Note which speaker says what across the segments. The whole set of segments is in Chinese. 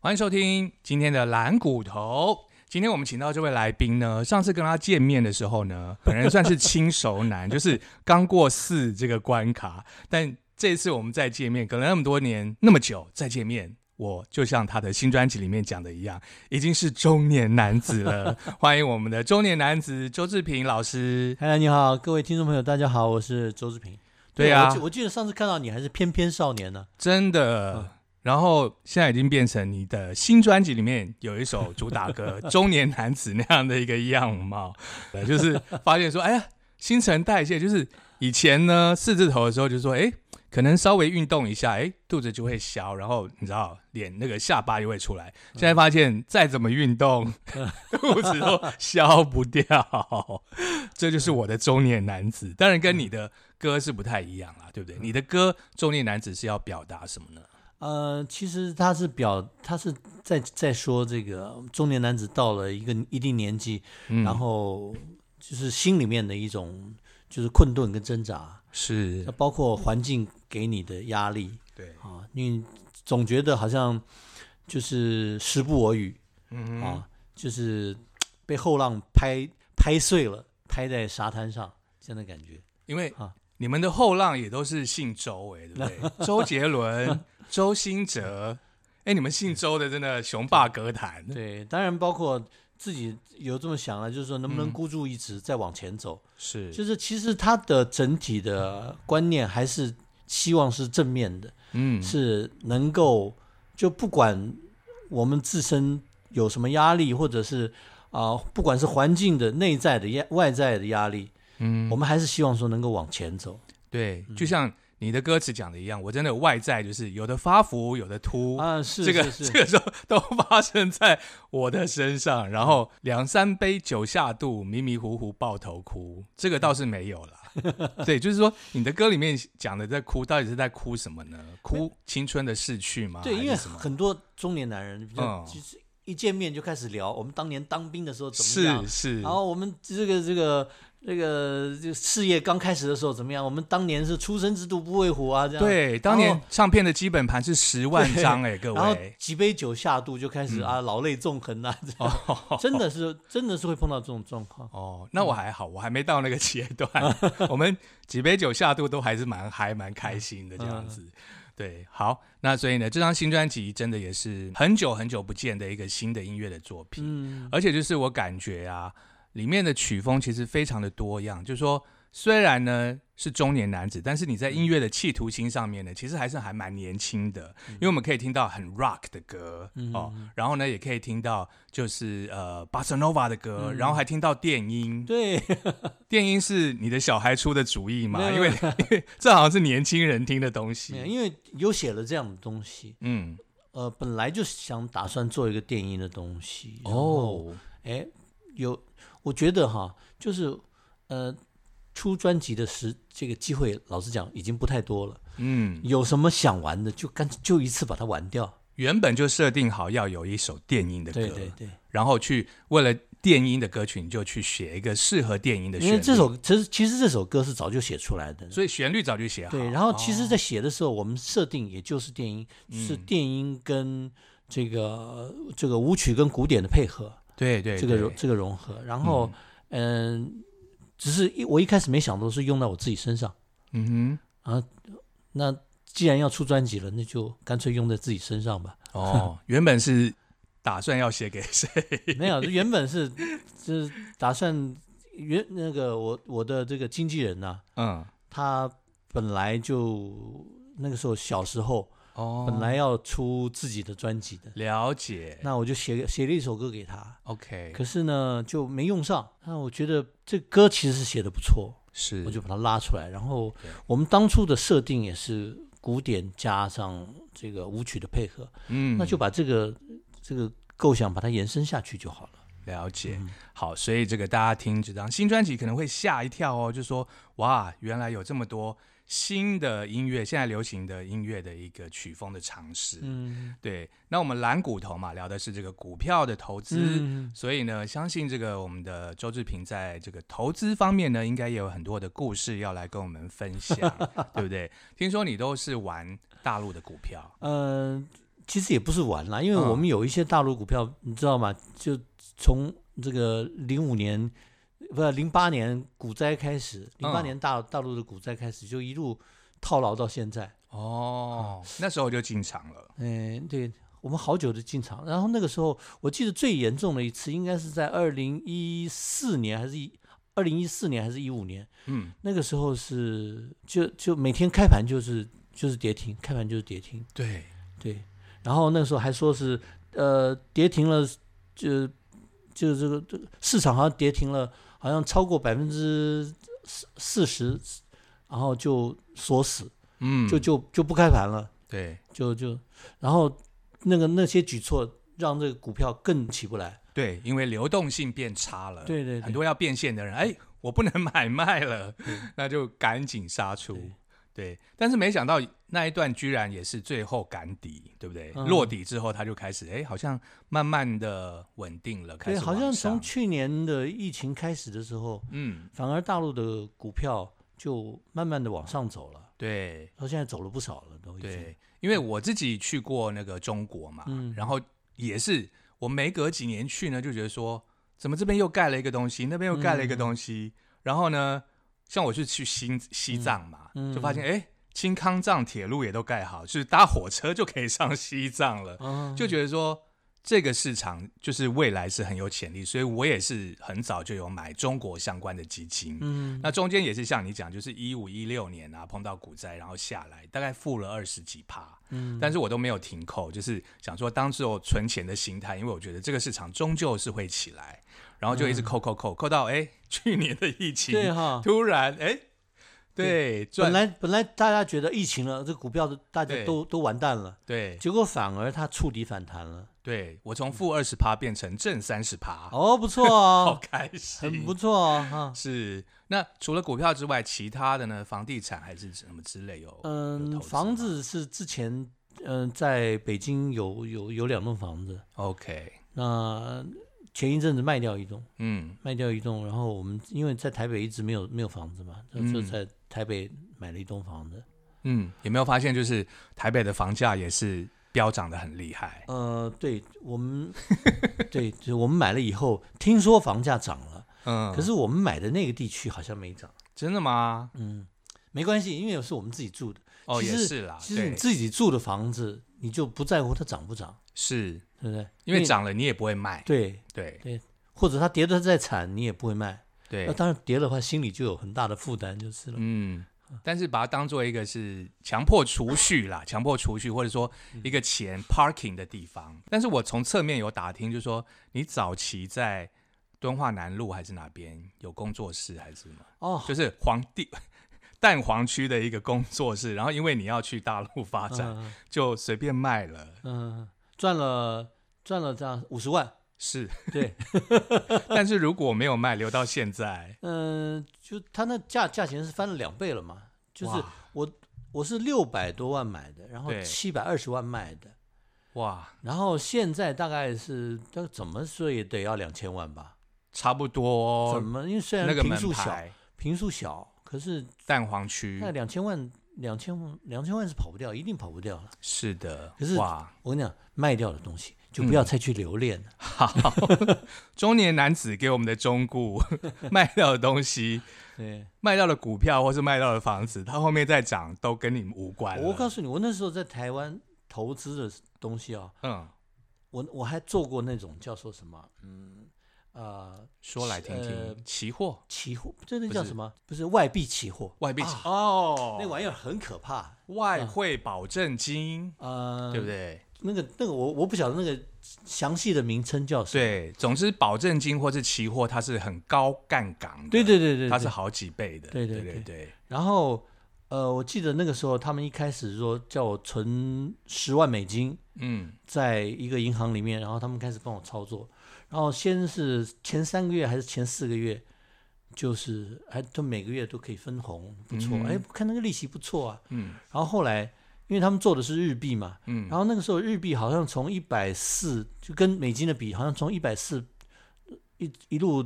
Speaker 1: 欢迎收听今天的蓝骨头。今天我们请到这位来宾呢，上次跟他见面的时候呢，本人算是轻熟男， 就是刚过四这个关卡。但这次我们再见面，隔了那么多年那么久再见面，我就像他的新专辑里面讲的一样，已经是中年男子了。 欢迎我们的中年男子周志平老师。
Speaker 2: 嗨，你好，各位听众朋友，大家好，我是周志平。
Speaker 1: 对啊
Speaker 2: 我记我记得上次看到你还是翩翩少年呢、
Speaker 1: 真的
Speaker 2: 嗯。
Speaker 1: 然后现在已经变成你的新专辑里面有一首主打歌《中年男子》那样的一个样貌，呃就是发现说，哎呀，新陈代谢，就是以前呢四字头的时候就说，哎，可能稍微运动一下，哎，肚子就会消，然后你知道脸那个下巴就会出来。现在发现再怎么运动， 肚子都消不掉，这就是我的中年男子。当然跟你的歌是不太一样啦，对不对？你的歌《中年男子》是要表达什么呢？
Speaker 2: 呃，其实他是表，他是在在说这个中年男子到了一个一定年纪，
Speaker 1: 嗯
Speaker 2: 然后就是心里面的一种就是困顿跟挣扎，
Speaker 1: 是
Speaker 2: 那，包括环境给你的压力
Speaker 1: 对，
Speaker 2: 啊，你总觉得好像就是时不我与
Speaker 1: 嗯
Speaker 2: 啊，就是被后浪拍拍碎了，拍在沙滩上这样的感觉。
Speaker 1: 因为
Speaker 2: 啊
Speaker 1: 你们的后浪也都是姓周、哎，对不 对？周杰伦、周兴哲，哎、你们姓周的真的雄霸歌坛，
Speaker 2: 对，当然包括自己有这么想了，就是说能
Speaker 1: 嗯
Speaker 2: 不能孤注一掷再往前走，
Speaker 1: 是
Speaker 2: 就是其实他的整体的观念还是希望是正面的，
Speaker 1: 嗯
Speaker 2: 是能够就不管我们自身有什么压力，或者是啊、不管是环境的内在的压外在的压力，
Speaker 1: 嗯
Speaker 2: 我，们还是希望说能够往前走
Speaker 1: 对，嗯就像你的歌词讲的一样，我真的外在就是有的发福，有的秃。
Speaker 2: 啊，是
Speaker 1: 这个这
Speaker 2: 是是
Speaker 1: 个时候都发生在我的身上，然后
Speaker 2: 嗯
Speaker 1: 两三杯酒下肚，迷迷糊糊抱头哭，这个倒是没有啦。 对，就是说你的歌里面讲的在哭，到底是在哭什么呢？哭青春的逝去吗？
Speaker 2: 对，
Speaker 1: 啊还
Speaker 2: 因
Speaker 1: 是
Speaker 2: 为
Speaker 1: 什么
Speaker 2: 很多中年男人，
Speaker 1: 嗯
Speaker 2: 就是一见面就开始聊我们当年当兵的时候 怎么样
Speaker 1: 是是
Speaker 2: 然后我们这个这个这个这个事业刚开始的时候怎么样？我们当年是初生之犊不畏虎啊，这样。。
Speaker 1: 对，当年
Speaker 2: 然后
Speaker 1: 唱片的基本盘是十万张哎、各
Speaker 2: 然后
Speaker 1: 位，
Speaker 2: 几杯酒下肚就开
Speaker 1: 嗯
Speaker 2: 始啊，老泪纵横啊，这样 真的是真的是会碰到这种状况。
Speaker 1: 哦，那我还好，我还没到那个阶段。我们几杯酒下肚都还是蛮嗨、蛮开心的这样子。对，好，那所以呢，这张新专辑真的也是很久很久不见的一个新的音乐的作品，
Speaker 2: 嗯，
Speaker 1: 而且就是我感觉啊，里面的曲风其实非常的多样，就是说。虽然呢是中年男子，但是你在
Speaker 2: 嗯
Speaker 1: 音乐的企图心上面呢，其实还是还蛮年轻的，
Speaker 2: 嗯
Speaker 1: 因为我们可以听到很 rock 的歌、哦，然后呢也可以听到就是呃 bossa nova 的歌，然后还听到电音，
Speaker 2: 嗯对，
Speaker 1: 电音是你的小孩出的主意吗？
Speaker 2: 没有
Speaker 1: 因为因为这好像是年轻人听的东西。
Speaker 2: 因为有写了这样的东西，
Speaker 1: 嗯，
Speaker 2: 呃，本来就想打算做一个电音的东西。然后，
Speaker 1: 哦，
Speaker 2: 哎，有，我觉得哈，就是呃，出专辑的时这个机会，老实讲已经不太多了。
Speaker 1: 嗯，
Speaker 2: 有什么想玩的，就干脆就一次把它玩掉。
Speaker 1: 原本就设定好要有一首电音的歌，
Speaker 2: 对对对，
Speaker 1: 然后去为了电音的歌曲，你就去写一个适合电音的旋律。
Speaker 2: 因为这，首其实其实这首歌是早就写出来的。
Speaker 1: 所以旋律早就写好。
Speaker 2: 对，然后其实，在写的时候，我们设定也就是电音，是
Speaker 1: 嗯
Speaker 2: 电音跟这个这个舞曲跟古典的配合，
Speaker 1: 对对
Speaker 2: 这个
Speaker 1: 对
Speaker 2: 融这个融合。然后，嗯，只是一我一开始没想到是用到我自己身上
Speaker 1: 嗯
Speaker 2: 啊。那既然要出专辑了，那就干脆用在自己身上吧。
Speaker 1: 哼，哦，原本是打算要写给 谁？
Speaker 2: 没有，原本是就是打算原那个我我的这个经纪人呐、
Speaker 1: 嗯，
Speaker 2: 他本来就那个时候小时候
Speaker 1: 哦，
Speaker 2: 本来要出自己的专辑的，
Speaker 1: 了解。
Speaker 2: 那我就写写了一首歌给他，
Speaker 1: OK，
Speaker 2: 可是呢就没用上。那我觉得这歌其实是写的不错，
Speaker 1: 是，
Speaker 2: 我就把它拉出来。然后
Speaker 1: 对
Speaker 2: 我们当初的设定也是古典加上这个舞曲的配合，
Speaker 1: 嗯，
Speaker 2: 那就把这个这个构想把它延伸下去就好了。
Speaker 1: 了解。
Speaker 2: 嗯
Speaker 1: 好，所以这个大家听这张新专辑可能会吓一跳哦，就说哇，原来有这么多新的音乐，现在流行的音乐的一个曲风的尝试。
Speaker 2: 嗯，
Speaker 1: 对，那我们蓝骨头嘛，聊的是这个股票的投资。
Speaker 2: 嗯
Speaker 1: 所以呢，相信这个我们的周志平在这个投资方面呢，应该也有很多的故事要来跟我 们分享，对不对？听说你都是玩大陆的股票，
Speaker 2: 呃，其实也不是玩啦，因为
Speaker 1: 嗯
Speaker 2: 我们有一些大陆股票，你知道吗？就从这个零五年，不是零八年股灾开始，零八
Speaker 1: 嗯
Speaker 2: 年大大陆的股灾开始，就一路套牢到现在。
Speaker 1: 哦，那时候就进场了。
Speaker 2: 嗯，对我们好久的进场，然后那个时候我记得最严重的一次应该是在二零一四年还是一二零一四年还是一五年，
Speaker 1: 嗯，
Speaker 2: 那个时候是就就每天开盘就是就是跌停，开盘就是跌停，
Speaker 1: 对，
Speaker 2: 对，然后那时候还说是呃跌停了，就就这个这个市场好像跌停了，好像超过百分之四四十，然后就锁死，
Speaker 1: 嗯，
Speaker 2: 就就就不开盘了。
Speaker 1: 对
Speaker 2: 就就，然后那个那些举措让这个股票更起不来。
Speaker 1: 对，因为流动性变差了，
Speaker 2: 对对
Speaker 1: 呃很
Speaker 2: 对，
Speaker 1: 多要变现的人，哎，我不能 买卖了， 那就赶紧杀出。对，但是没想到那一段居然也是最后赶底，对不对？
Speaker 2: 嗯
Speaker 1: 落底之后，他就开始，哎，好像慢慢的稳定了，开始
Speaker 2: 对，好像
Speaker 1: 往
Speaker 2: 从
Speaker 1: 上
Speaker 2: 去年的疫情开始的时候，
Speaker 1: 嗯，
Speaker 2: 反而大陆的股票就慢慢的往上走了，
Speaker 1: 对
Speaker 2: 到现在走了不少了，都已经。
Speaker 1: 对，因为我自己去过那个中国嘛，
Speaker 2: 嗯
Speaker 1: 然后也是我每隔几年去呢，就觉得说，怎么这边又盖了一个东西，那边又盖了一个
Speaker 2: 嗯
Speaker 1: 东西，然后呢，像我是去新西藏嘛，
Speaker 2: 嗯
Speaker 1: 就发现哎。诶青康藏铁路也都盖好，就是搭火车就可以上西藏了。
Speaker 2: 啊，
Speaker 1: 就觉得说这个市场就是未来是很有潜力，所以我也是很早就有买中国相关的基金。
Speaker 2: 嗯
Speaker 1: 那中间也是像你讲，就是一五一六年啊，碰到股灾，然后下来，大概负了二十几趴，
Speaker 2: 嗯，
Speaker 1: 但是我都没有停扣，就是想说当时我存钱的心态，因为我觉得这个市场终究是会起来，然后就一直扣扣扣扣到哎、去年的疫
Speaker 2: 嗯对
Speaker 1: 情
Speaker 2: 哈。
Speaker 1: 突然哎、对
Speaker 2: 本
Speaker 1: 赚
Speaker 2: 来本来大家觉得疫情了，这股票的大家
Speaker 1: 对
Speaker 2: 都都完蛋了，
Speaker 1: 对
Speaker 2: 结果反而它触底反弹了。
Speaker 1: 对，我从负二十趴变成正三十趴，
Speaker 2: 哦，不错
Speaker 1: 啊 好
Speaker 2: 啊，
Speaker 1: 开心，
Speaker 2: 很不错啊， 哈。
Speaker 1: 是，那除了股票之外，其他的呢？房地产还是什么之类有？哦有投资
Speaker 2: 嗯，房
Speaker 1: 吗
Speaker 2: 子是之前嗯、呃在北京有有有两栋房子，
Speaker 1: OK，
Speaker 2: 那前一阵子卖掉一栋，
Speaker 1: 嗯
Speaker 2: 卖掉一栋，然后我们因为在台北一直没有没有房子嘛，就就
Speaker 1: 嗯
Speaker 2: 在台北买了一栋房子。
Speaker 1: 嗯，有没有发现就是台北的房价也是飙涨的很厉害？
Speaker 2: 呃，对我们，对，就我们买了以后，听说房价涨了，
Speaker 1: 嗯，
Speaker 2: 可是我们买的那个地区好像没涨。
Speaker 1: 真的吗？
Speaker 2: 嗯，没关系，因为是我们自己住的。
Speaker 1: 哦，
Speaker 2: 其
Speaker 1: 也
Speaker 2: 实
Speaker 1: 是啦，
Speaker 2: 其实你
Speaker 1: 对，
Speaker 2: 自己住的房子，你就不在乎它涨不涨，
Speaker 1: 是
Speaker 2: 对不对？
Speaker 1: 因为涨了你也不会卖，
Speaker 2: 对，
Speaker 1: 对
Speaker 2: 或者它跌的再惨，你也不会卖。那
Speaker 1: 对，
Speaker 2: 当然跌的话，心里就有很大的负担就是了。
Speaker 1: 嗯。但是把它当做一个是强迫储蓄
Speaker 2: 嗯
Speaker 1: 啦，强迫储蓄，或者说一个钱 parking 的地方。但是我从侧面有打听，就是说你早期在敦化南路还是哪边有工作室还是什么？
Speaker 2: 哦，
Speaker 1: 就是黄地蛋黄区的一个工作室，然后因为你要去大陆发展，
Speaker 2: 嗯
Speaker 1: 就随便卖了。
Speaker 2: 嗯，赚了赚了这样五十万，
Speaker 1: 是，
Speaker 2: 对，
Speaker 1: 但是如果没有卖，留到现在，
Speaker 2: 嗯，就他那价价钱是翻了两倍了嘛，就是
Speaker 1: 哇
Speaker 2: 我是六百多万买的，然后
Speaker 1: 对
Speaker 2: 七百二十万卖的，
Speaker 1: 哇，
Speaker 2: 然后现在大概是，他怎么说也得要两千万吧？
Speaker 1: 差不多
Speaker 2: 怎
Speaker 1: 哦、
Speaker 2: 么？因为虽
Speaker 1: 那
Speaker 2: 然
Speaker 1: 个
Speaker 2: 平
Speaker 1: 门
Speaker 2: 数小，
Speaker 1: 牌嗯
Speaker 2: 平数小，可是
Speaker 1: 蛋黄区
Speaker 2: 那两千万。两千万，两千万是跑不掉，一定跑不掉了。
Speaker 1: 是的，
Speaker 2: 可是
Speaker 1: 哇，
Speaker 2: 我跟你讲，卖掉的东西就不
Speaker 1: 嗯
Speaker 2: 要再去留恋了。
Speaker 1: 好，中年男子给我们的忠告， 卖掉的东西，
Speaker 2: 对，
Speaker 1: 卖掉的股票或是卖掉的房子，它后面再涨都跟你无关了
Speaker 2: 我告诉你，我那时候在台湾投资的东西啊，
Speaker 1: 嗯，
Speaker 2: 我我还做过那种叫说什么，嗯，呃，
Speaker 1: 说来听听，
Speaker 2: 呃
Speaker 1: 期货、
Speaker 2: 期货，这那
Speaker 1: 不
Speaker 2: 叫
Speaker 1: 是
Speaker 2: 什么？不是外币期货，
Speaker 1: 外币、
Speaker 2: 啊
Speaker 1: 哦
Speaker 2: 那玩意儿很可怕。
Speaker 1: 外
Speaker 2: 嗯
Speaker 1: 汇保证金，
Speaker 2: 呃，
Speaker 1: 对不？对？
Speaker 2: 那个那个我我不晓得那个详细的名称叫什么。
Speaker 1: 对，总之保证金或是期货，它是很高杠杆的，
Speaker 2: 对对对对
Speaker 1: 它是
Speaker 2: 对
Speaker 1: 好几倍的，
Speaker 2: 对
Speaker 1: 对
Speaker 2: 对
Speaker 1: 对
Speaker 2: 对
Speaker 1: 对
Speaker 2: 然后呃，我记得那个时候他们一开始说叫我存十万美金
Speaker 1: 嗯，
Speaker 2: 在一个银行里面，然后他们开始帮我操作。然后先是前三个月还是前四个月，就是还都每个月都可以分红，不错。
Speaker 1: 嗯哼
Speaker 2: 哎、看那个利息不错啊。
Speaker 1: 嗯。
Speaker 2: 然后后来，因为他们做的是日币嘛，
Speaker 1: 嗯
Speaker 2: 然后那个时候日币好像从一百四，就跟美金的比，好像从一百四一一路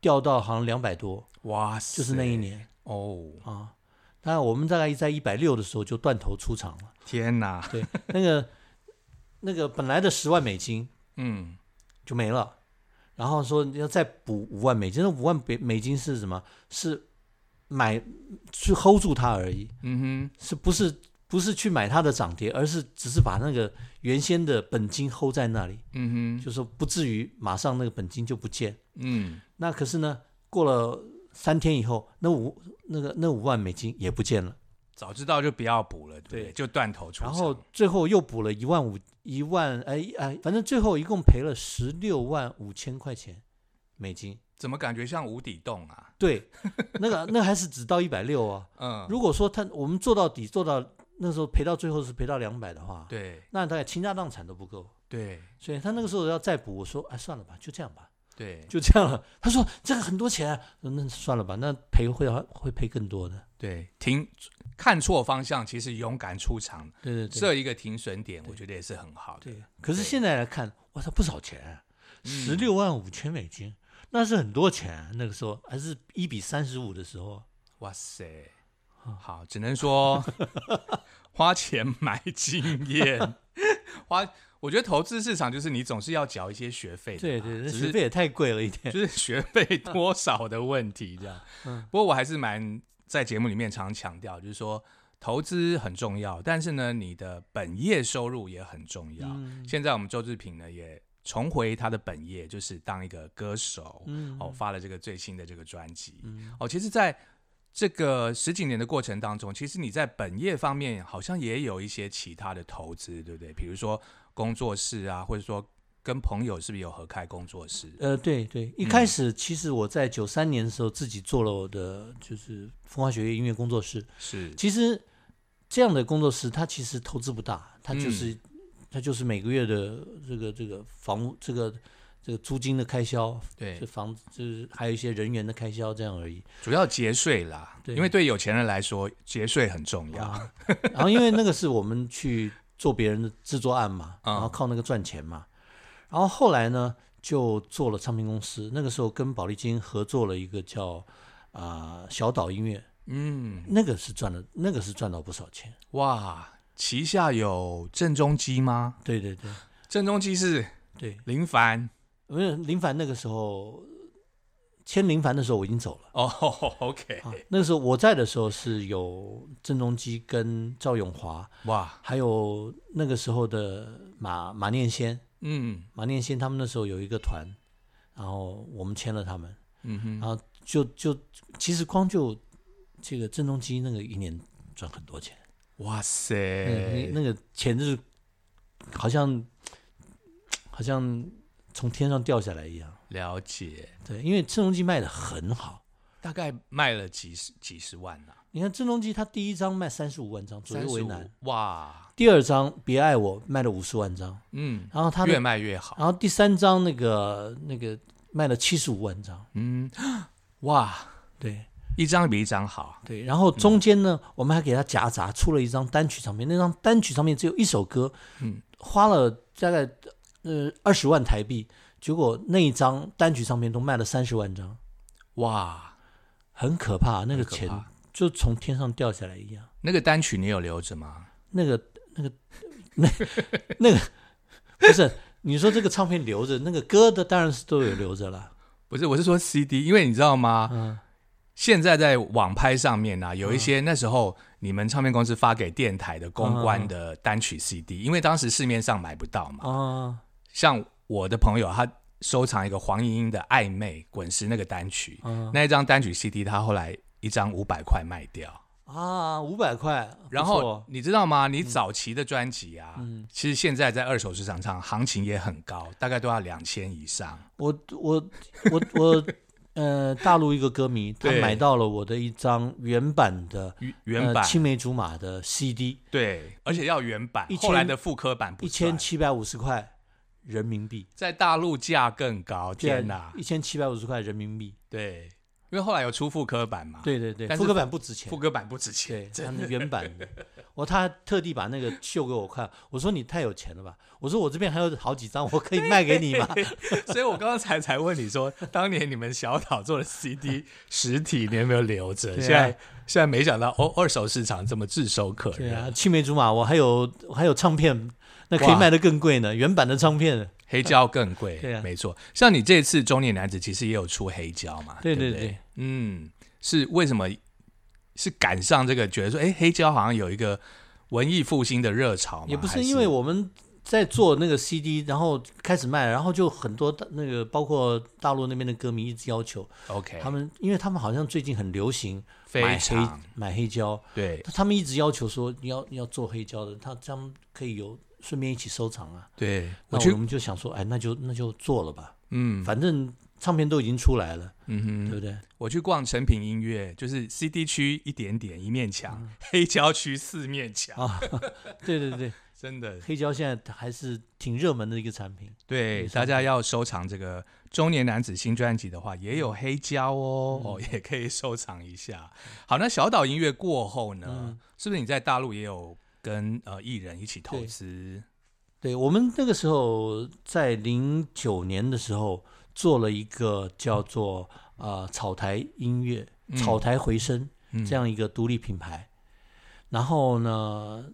Speaker 2: 掉到好像两百多，
Speaker 1: 哇塞，
Speaker 2: 就是那一年
Speaker 1: 哦，
Speaker 2: 啊。当然，我们大概在一百六的时候就断头出场了。
Speaker 1: 天哪，
Speaker 2: 对，那个那个本来的十万美金
Speaker 1: 嗯，
Speaker 2: 就没了，然后说你要再补五万美金，那五万美美金是什么？是买去 hold 住它而已，
Speaker 1: 嗯
Speaker 2: 是不是不是去买它的涨跌，而是只是把那个原先的本金 hold 在那里，
Speaker 1: 哼，嗯哼，
Speaker 2: 就说不至于马上那个本金就不见。
Speaker 1: 嗯，
Speaker 2: 那可是呢，过了三天以后，那五那个那五万美金也不见了，
Speaker 1: 早知道就不要补了，对不对，
Speaker 2: 对
Speaker 1: 就断头出
Speaker 2: 然
Speaker 1: 场。
Speaker 2: 后最后又补了一万五一万哎哎，反正最后一共赔了十六万五千块钱美金。
Speaker 1: 怎么感觉像无底洞啊？
Speaker 2: 对，那个那还是只到一百六 啊。
Speaker 1: 嗯，
Speaker 2: 如果说他我们做到底，做到那时候赔到最后是赔到两百的话，
Speaker 1: 对
Speaker 2: 那大概倾家荡产都不够。
Speaker 1: 对
Speaker 2: 所以他那个时候要再补，我说哎算了吧，就这样吧，
Speaker 1: 对
Speaker 2: 就这样了。他说这个很多钱啊，我说那算了吧，那赔会会赔更多的。
Speaker 1: 对，停，看错方向，其实勇敢出场，
Speaker 2: 对对对，
Speaker 1: 设一个停损点，我觉得也是很好的。
Speaker 2: 对。可是现在来看，哇，他不少钱啊，
Speaker 1: 嗯
Speaker 2: 十六万五千美金，那是很多钱啊。那个时候还是一比三十五的时候啊，
Speaker 1: 哇塞，
Speaker 2: 啊
Speaker 1: 好，只能 说花钱买经 验，花。我觉得投资市场就是你总是要缴一些学费的
Speaker 2: 对
Speaker 1: 嘛
Speaker 2: 对，那
Speaker 1: 只
Speaker 2: 学
Speaker 1: 是
Speaker 2: 费也太贵了一点。
Speaker 1: 就是学费多少的问题这样。
Speaker 2: 嗯
Speaker 1: 不过我还是蛮在节目里面常强调，就是说投资很重要，但是呢，你的本业收入也很重要。
Speaker 2: 嗯
Speaker 1: 现在我们周志平呢也重回他的本业，就是当一个歌手，
Speaker 2: 嗯
Speaker 1: 哦，发了这个最新的这个专辑，
Speaker 2: 嗯
Speaker 1: 哦，其实在这个十几年的过程当中，其实你在本业方面好像也有一些其他的投资，对不对？比如说工作室啊，或者说跟朋友是不是有合开工作室？
Speaker 2: 呃，对对，一
Speaker 1: 嗯
Speaker 2: 开始其实我在九三年的时候自己做了我的就是风花雪月音乐工作室。
Speaker 1: 是，
Speaker 2: 其实这样的工作室，它其实投资不大，它就是、
Speaker 1: 嗯
Speaker 2: 它就是每个月的这个这个房屋这个这个租金的开销，
Speaker 1: 对
Speaker 2: 这，房子就是还有一些人员的开销这样而已。
Speaker 1: 主要节税啦，
Speaker 2: 对
Speaker 1: 因为对有钱人来说，节税很重要。
Speaker 2: 啊， 然后因为那个是我们去做别人的制作案嘛，
Speaker 1: 嗯
Speaker 2: 然后靠那个赚钱嘛。然后后来呢，就做了唱片公司。那个时候跟宝丽金合作了一个叫啊、小岛音乐，
Speaker 1: 嗯，
Speaker 2: 那个是赚了，那个是赚到不少钱。
Speaker 1: 哇，旗下有郑中基吗？
Speaker 2: 对对对
Speaker 1: 郑中基是
Speaker 2: 对，
Speaker 1: 林凡
Speaker 2: 因为林凡那个时候签林凡的时候我已经走了
Speaker 1: 哦、o k
Speaker 2: 啊。那个时候我在的时候是有郑中基跟赵永华，
Speaker 1: 哇，
Speaker 2: 还有那个时候的马马念先。
Speaker 1: 嗯
Speaker 2: 马念先他们那时候有一个团，然后我们签了他们，
Speaker 1: 嗯
Speaker 2: 然
Speaker 1: 哼，
Speaker 2: 后就就其实光就这个郑中基那个一年赚很多钱，
Speaker 1: 哇塞，哎
Speaker 2: 那那个钱就是好像好像从天上掉下来一样。
Speaker 1: 了解，
Speaker 2: 对，因为郑中基卖的很好，
Speaker 1: 大概卖了几十几十万呐、
Speaker 2: 你看郑中基他第一张卖三十五万张，左
Speaker 1: 三
Speaker 2: 右
Speaker 1: 十
Speaker 2: 为
Speaker 1: 五
Speaker 2: 难。
Speaker 1: 哇，
Speaker 2: 第二张《别爱我》卖了五十万张，
Speaker 1: 嗯，
Speaker 2: 然后他的
Speaker 1: 越卖越好，
Speaker 2: 然后第三张那个那个卖了七十五万张，
Speaker 1: 嗯， 哇，
Speaker 2: 对，
Speaker 1: 一张比一张好，
Speaker 2: 对，然后中间呢，我们还给他夹杂出了一张单曲唱片，那张单曲唱片只有一首歌，
Speaker 1: 嗯，
Speaker 2: 花了大概呃二十万台币，结果那一张单曲唱片都卖了三十万张，
Speaker 1: 哇，
Speaker 2: 很可怕，那
Speaker 1: 很
Speaker 2: 个
Speaker 1: 可
Speaker 2: 钱
Speaker 1: 怕
Speaker 2: 就从天上掉下来一样。
Speaker 1: 那个单曲你有留着吗？
Speaker 2: 那个那个那那个不是你说这个唱片留着，那个歌的当然是都有留着了，
Speaker 1: 不是，我是说 CD，因为你知道吗？
Speaker 2: 嗯，
Speaker 1: 现在在网拍上面呢、啊，有一些那时候你们唱片公司发给电台的公关的单曲 CD，、因为当时市面上买不到嘛。
Speaker 2: 啊
Speaker 1: 像我的朋友，他收藏一个黄莺莺的《暧昧》滚石那个单曲，
Speaker 2: 啊
Speaker 1: 那一张单曲 CD，他后来一张五百块卖掉。
Speaker 2: 啊，五百块，不
Speaker 1: 然后
Speaker 2: 错
Speaker 1: 你知道吗？你早期的专辑啊，
Speaker 2: 嗯
Speaker 1: 其实现在在二手市场上行情也很高，大概都要两千以上。
Speaker 2: 我我我我呃，大陆一个歌迷，他
Speaker 1: 对
Speaker 2: 买到了我的一张原版的
Speaker 1: 原原
Speaker 2: 呃
Speaker 1: 版、
Speaker 2: 青梅竹马的 CD，
Speaker 1: 对，而且要原版
Speaker 2: 一，
Speaker 1: 后来
Speaker 2: 千
Speaker 1: 的复刻版不
Speaker 2: 一
Speaker 1: 算
Speaker 2: 千七百五十块人民币。
Speaker 1: 在大陆价更高，天哪！
Speaker 2: 一千七百五十块人民币。
Speaker 1: 对，因为后来有出复刻版嘛，，
Speaker 2: 对对对，
Speaker 1: 但是
Speaker 2: 复刻版不值钱
Speaker 1: 复。刻版不值钱，
Speaker 2: 对，他那原版的，我他特地把那个秀给我看，我说你太有钱了吧？我说我这边还有好几张，我可以卖给你吗？
Speaker 1: 所以我刚才才问你说，当年你们小岛做的 CD 实体，你有没有留着？
Speaker 2: 对啊
Speaker 1: 现在现在没想到哦，二手市场这么炙手可
Speaker 2: 对啊
Speaker 1: 热，
Speaker 2: 啊，青梅竹马，我还有我还有唱片那可以
Speaker 1: 哇
Speaker 2: 卖得更贵呢，原版的唱片。
Speaker 1: 黑胶更贵，
Speaker 2: 对啊
Speaker 1: 没错。像你这次中年男子其实也有出黑胶嘛，
Speaker 2: 对
Speaker 1: 对
Speaker 2: 对
Speaker 1: 不
Speaker 2: 对，
Speaker 1: 嗯，是为什么是赶上这个，觉得说，哎，黑胶好像有一个文艺复兴的热潮嘛？
Speaker 2: 也不
Speaker 1: 还
Speaker 2: 是
Speaker 1: 是
Speaker 2: 因为我们在做那个 CD，然后开始卖，然后就很多大那个包括大陆那边的歌迷一直要求
Speaker 1: OK，
Speaker 2: 他们，因为他们好像最近很流行
Speaker 1: 非
Speaker 2: 买黑
Speaker 1: 常
Speaker 2: 买黑胶，
Speaker 1: 对
Speaker 2: 他们一直要求说你要你要做黑胶的，他他们可以有顺便一起收藏啊。
Speaker 1: 对，我
Speaker 2: 那
Speaker 1: 去
Speaker 2: 我，们就想说，哎，那就那就做了吧，
Speaker 1: 嗯
Speaker 2: 反正唱片都已经出来了，
Speaker 1: 嗯
Speaker 2: 对
Speaker 1: 哼，
Speaker 2: 不对？
Speaker 1: 我去逛成品音乐，就是 CD 区一点点一面墙，
Speaker 2: 嗯
Speaker 1: 黑胶区四面墙，
Speaker 2: 啊，对对对，
Speaker 1: 真的
Speaker 2: 黑胶现在还是挺热门的一个产品。
Speaker 1: 对，
Speaker 2: 没错
Speaker 1: 大家要收藏这个中年男子新专辑的话，也有黑胶哦，
Speaker 2: 嗯
Speaker 1: 哦，也可以收藏一下。好，那小岛音乐过后呢，
Speaker 2: 嗯
Speaker 1: 是不是你在大陆也有跟呃艺人一起投资？
Speaker 2: 对我们那个时候在零九年的时候做了一个叫做呃草台音乐、
Speaker 1: 嗯
Speaker 2: 草台回声
Speaker 1: 嗯
Speaker 2: 这样一个独立品牌，然后呢，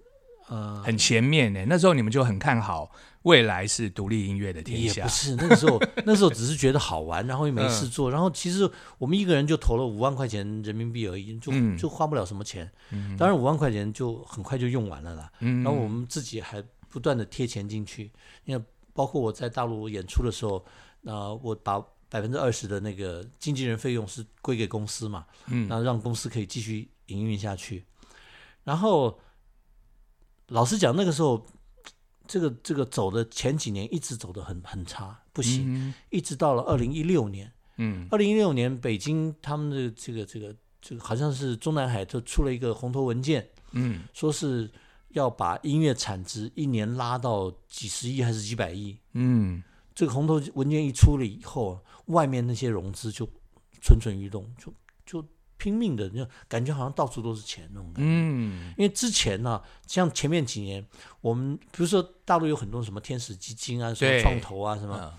Speaker 2: 呃，
Speaker 1: 很前面呢，那时候你们就很看好未来是独立音乐的天
Speaker 2: 也
Speaker 1: 下嗯
Speaker 2: 不，是那个时候，那时候只是觉得好玩，然后又没事做，然后其实我们一个人就投了五万块钱人民币而已，就、
Speaker 1: 嗯
Speaker 2: 就花不了什么钱，
Speaker 1: 嗯
Speaker 2: 当然五万块钱就很快就用完了啦。
Speaker 1: 嗯
Speaker 2: 然后我们自己还不断的贴钱进去，因为包括我在大陆演出的时候，呃，我把百分之二十的那个经纪人费用是归给公司嘛，
Speaker 1: 嗯
Speaker 2: 那让公司可以继续营运下去。然后，老实讲，那个时候，这个这个走的前几年一直走的很很差，不行，
Speaker 1: 嗯
Speaker 2: 一直到了二零一六年，
Speaker 1: 嗯
Speaker 2: 二零一六年北京他们的这个这个这个好像是中南海就出了一个红头文件，
Speaker 1: 嗯
Speaker 2: 说是要把音乐产值一年拉到几十亿还是几百亿。
Speaker 1: 嗯
Speaker 2: 这个红头文件一出了以后，外面那些融资就蠢蠢欲动，就就拼命的，就感觉好像到处都是钱那种感觉。
Speaker 1: 嗯
Speaker 2: 因为之前呢、像前面几年，我们比如说大陆有很多什么天使基金啊、什
Speaker 1: 对
Speaker 2: 么创投啊什么，
Speaker 1: 嗯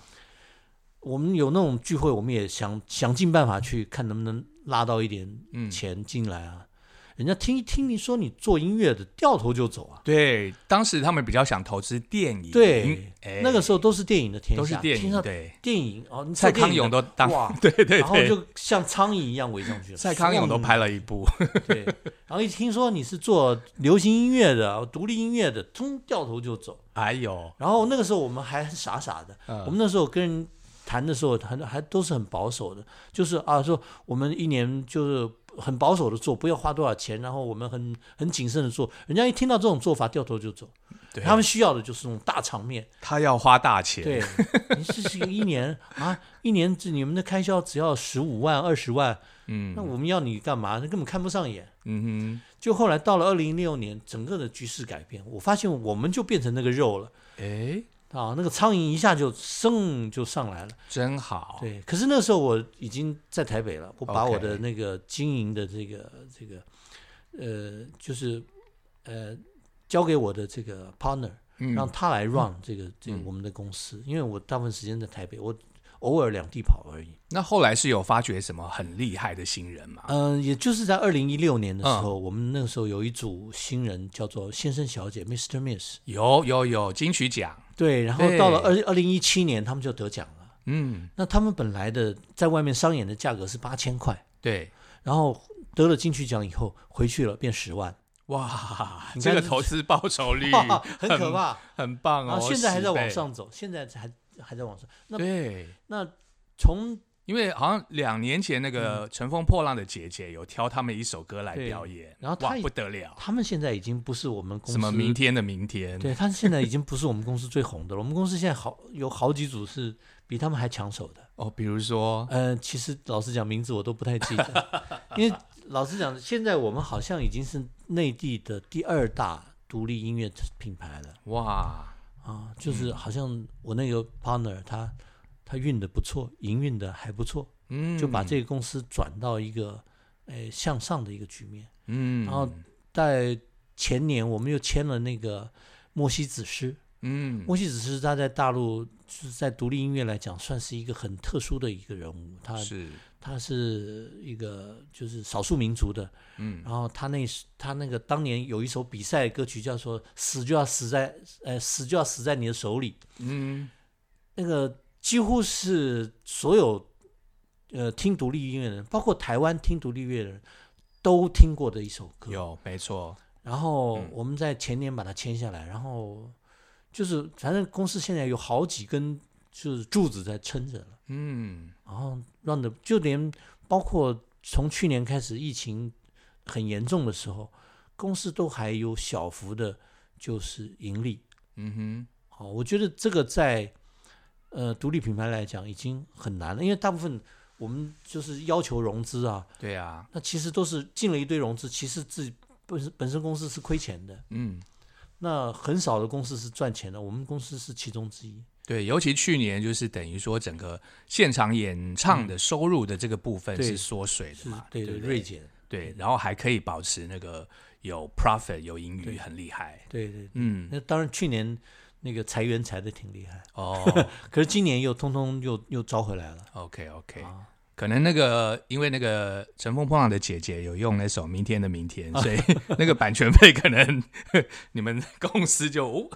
Speaker 2: 我们有那种聚会，我们也想想尽办法去看能不能拉到一点
Speaker 1: 嗯，
Speaker 2: 钱进来啊。人家听一听你说你做音乐的，掉头就走啊。
Speaker 1: 对，当时他们比较想投资电影，
Speaker 2: 对
Speaker 1: 嗯哎
Speaker 2: 那个时候都是电影的天下，
Speaker 1: 都是电
Speaker 2: 听
Speaker 1: 影，
Speaker 2: 到
Speaker 1: 对，
Speaker 2: 电影哦，你
Speaker 1: 蔡
Speaker 2: 做电
Speaker 1: 康
Speaker 2: 影
Speaker 1: 永
Speaker 2: 的
Speaker 1: 都当
Speaker 2: 哇，
Speaker 1: 对对对，
Speaker 2: 然后就像苍蝇一样围上去了。
Speaker 1: 蔡康永都拍了一部，
Speaker 2: 唰对，然后一听说你是做流行音乐的、独立音乐的，通掉头就走。
Speaker 1: 哎呦，
Speaker 2: 然后那个时候我们还傻傻的，
Speaker 1: 嗯
Speaker 2: 我们那时候跟人谈的时候，还还都是很保守的，就是啊，说我们一年就是很保守的做，不要花多少钱，然后我们很很谨慎的做。人家一听到这种做法，掉头就走。
Speaker 1: 对
Speaker 2: 他们需要的就是那种大场面。
Speaker 1: 他要花大钱，
Speaker 2: 对，你是是一年啊，一年只你们的开销只要十五万、二十万，
Speaker 1: 嗯
Speaker 2: 那我们要你干嘛？那根本看不上眼。
Speaker 1: 嗯
Speaker 2: 就后来到了二零一六年，整个的局势改变，我发现我们就变成那个肉了
Speaker 1: 哼，哎，
Speaker 2: 啊，那个苍蝇一下就升就上来了。
Speaker 1: 真好，
Speaker 2: 对，可是那时候我已经在台北了，我把
Speaker 1: OK
Speaker 2: 我的那个经营的这个这个，呃，就是呃，交给我的这个 partner，
Speaker 1: 嗯
Speaker 2: 让他来 run 这个、这个
Speaker 1: 嗯
Speaker 2: 我们的公司，因为我大部分时间在台北，我偶尔两地跑而已。
Speaker 1: 那后来是有发掘什么很厉害的新人吗？
Speaker 2: 嗯、也就是在二零一六年的
Speaker 1: 嗯
Speaker 2: 时候，我们那个时候有一组新人叫做先生小姐 Mr. Miss，
Speaker 1: 有有有金曲奖，
Speaker 2: 对，然后到了
Speaker 1: 对
Speaker 2: 二二零一七年，他们就得奖了。
Speaker 1: 嗯，
Speaker 2: 那他们本来的在外面商演的价格是八千块，
Speaker 1: 对，
Speaker 2: 然后得了金曲奖以后回去了变十万，
Speaker 1: 哇，
Speaker 2: 你
Speaker 1: 这
Speaker 2: 看
Speaker 1: 个
Speaker 2: 这
Speaker 1: 投资报酬率
Speaker 2: 哇， 很可怕。
Speaker 1: 嗯 很棒
Speaker 2: 然
Speaker 1: 哦，
Speaker 2: 后现在还在
Speaker 1: 10倍
Speaker 2: 往，上走，现在还还在往上。那
Speaker 1: 对。
Speaker 2: 那从
Speaker 1: 因为好像两年前那个
Speaker 2: 嗯
Speaker 1: 《乘风破浪的姐姐》有挑他们一首歌来
Speaker 2: 对
Speaker 1: 表演，
Speaker 2: 然后
Speaker 1: 哇
Speaker 2: 他也
Speaker 1: 不得了，
Speaker 2: 他们现在已经不是我们公司
Speaker 1: 什么明天的明天，
Speaker 2: 对，他现在已经不是我们公司最红的了。我们公司现在好有好几组是比他们还抢手的。
Speaker 1: 哦，比如说，
Speaker 2: 呃，其实老实讲，名字我都不太记得， 因为老实讲，现在我们好像已经是内地的第二大独立音乐品牌了
Speaker 1: 哇，
Speaker 2: 啊。
Speaker 1: 嗯
Speaker 2: 就是好像我那个 partner 他他运的不错，营运的还不错，
Speaker 1: 嗯，
Speaker 2: 就把这个公司转到一个呃向上的一个局面。
Speaker 1: 嗯，
Speaker 2: 然后在前年，我们又签了那个莫西子诗。
Speaker 1: 嗯，
Speaker 2: 莫西子诗他在大陆就是在独立音乐来讲，算是一个很特殊的一个人物。他
Speaker 1: 是
Speaker 2: 他是一个就是少数民族的，
Speaker 1: 嗯
Speaker 2: 然后他那时他那个当年有一首比赛歌曲叫做《死就要死在呃死就要死在你的手里》，
Speaker 1: 嗯
Speaker 2: 那个几乎是所有呃听独立音乐的人，包括台湾听独立音乐的人都听过的一首歌。
Speaker 1: 有没错，
Speaker 2: 然后
Speaker 1: 嗯
Speaker 2: 我们在前年把它签下来，然后就是反正公司现在有好几根就是柱子在撑着了，
Speaker 1: 嗯
Speaker 2: 然后让的就连包括从去年开始疫情很严重的时候，公司都还有小幅的，就是盈利。
Speaker 1: 嗯
Speaker 2: 好，我觉得这个在呃独立品牌来讲已经很难了，因为大部分我们就是要求融资啊，
Speaker 1: 哼，对啊，
Speaker 2: 那其实都是进了一堆融资，其实自己本身本身公司是亏钱的。
Speaker 1: 嗯。
Speaker 2: 那很少的公司是赚钱的，我们公司是其中之一。
Speaker 1: 对，尤其去年就是等于说整个现场演唱的收入的这个部分
Speaker 2: 对
Speaker 1: 是缩水的嘛，
Speaker 2: 对
Speaker 1: 对不
Speaker 2: 锐减，
Speaker 1: 对，然后还可以保持那个有 profit 有盈余，
Speaker 2: 对
Speaker 1: 很厉害。
Speaker 2: 对对。
Speaker 1: 嗯，
Speaker 2: 那当然，去年那个裁员裁的挺厉害，
Speaker 1: 哦
Speaker 2: 可是今年又通通又又招回来了。
Speaker 1: ，OK OK，
Speaker 2: 啊，
Speaker 1: 可能那个因为那个乘风破浪的姐姐有用那首《明天的明 天》，所以那个版权费可能 你们公司就哦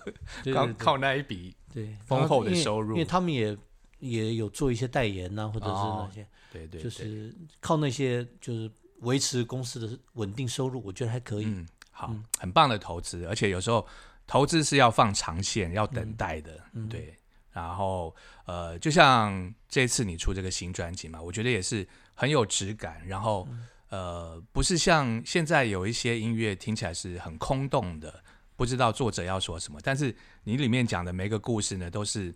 Speaker 2: 对
Speaker 1: 靠
Speaker 2: 对对
Speaker 1: 靠那一笔，
Speaker 2: 对
Speaker 1: 丰厚的
Speaker 2: 然后因为
Speaker 1: 收入
Speaker 2: 因为他们也也有做一些代言呐、或者是
Speaker 1: 哦
Speaker 2: 那些，
Speaker 1: 对对，
Speaker 2: 就
Speaker 1: 对
Speaker 2: 是靠那些就是维持公司的稳定收入，我觉得还可以。
Speaker 1: 嗯，好
Speaker 2: 嗯，
Speaker 1: 很棒的投资，而且有时候投资是要放长线，要等待的，
Speaker 2: 嗯
Speaker 1: 对。然后呃，就像这次你出这个新专辑嘛，我觉得也是很有质感，然后、
Speaker 2: 嗯
Speaker 1: 呃，不是像现在有一些音乐听起来是很空洞的，不知道作者要说什么，但是你里面讲的每个故事呢，都是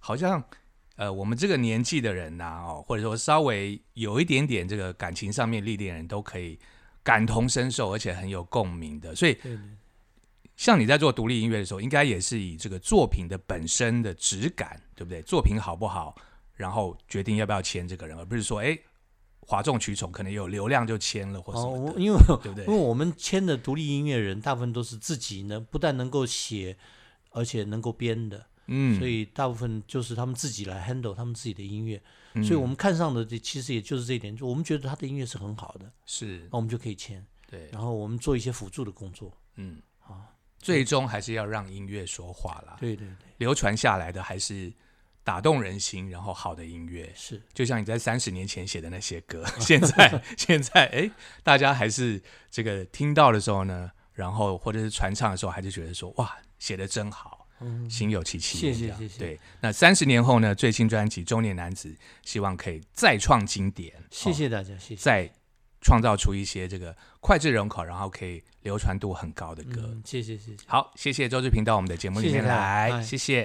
Speaker 1: 好像。呃，我们这个年纪的人呐、哦，或者说稍微有一点点这个感情上面历练的人，都可以感同身受，而且很有共鸣的。所以，
Speaker 2: 对对
Speaker 1: 像你在做独立音乐的时候，应该也是以这个作品的本身的质感，对不对？作品好不好，然后决定要不要签这个人，而不是说，哎，哗众取宠，可能有流量就签了或什
Speaker 2: 哦，
Speaker 1: 么
Speaker 2: 我
Speaker 1: 的，
Speaker 2: 因为
Speaker 1: 对不
Speaker 2: 因为
Speaker 1: 对？
Speaker 2: 我们签的独立音乐人，大部分都是自己呢，不但能够写，而且能够编的，
Speaker 1: 嗯，
Speaker 2: 所以大部分就是他们自己来 handle 他们自己的音乐。
Speaker 1: 嗯
Speaker 2: 所以我们看上的这其实也就是这一点，就我们觉得他的音乐是很好的，
Speaker 1: 是
Speaker 2: 那我们就可以签，
Speaker 1: 对，
Speaker 2: 然后我们做一些辅助的工作。
Speaker 1: 嗯，
Speaker 2: 啊，
Speaker 1: 最终还是要让音乐说话啦，
Speaker 2: 对对对，
Speaker 1: 流传下来的还是打动人心，然后好的音乐。
Speaker 2: 是
Speaker 1: 就像你在三十年前写的那些歌， 现在现在哎，大家还是这个听到的时候呢，然后或者是传唱的时候，还是觉得说哇，写的真好，
Speaker 2: 嗯
Speaker 1: 心有戚戚
Speaker 2: 谢
Speaker 1: 焉。
Speaker 2: 谢
Speaker 1: 这样
Speaker 2: 谢谢
Speaker 1: 对，那三十年后呢，最新专辑《中年男子》，希望可以再创经典，
Speaker 2: 谢
Speaker 1: 哦
Speaker 2: 谢大家，谢谢。
Speaker 1: 再创造出一些这个脍炙人口，然后可以流传度很高的歌。
Speaker 2: 嗯，谢谢谢谢。
Speaker 1: 好，谢谢周志平到我们的节目里
Speaker 2: 谢谢
Speaker 1: 面
Speaker 2: 大家
Speaker 1: 来，
Speaker 2: 哎
Speaker 1: 谢谢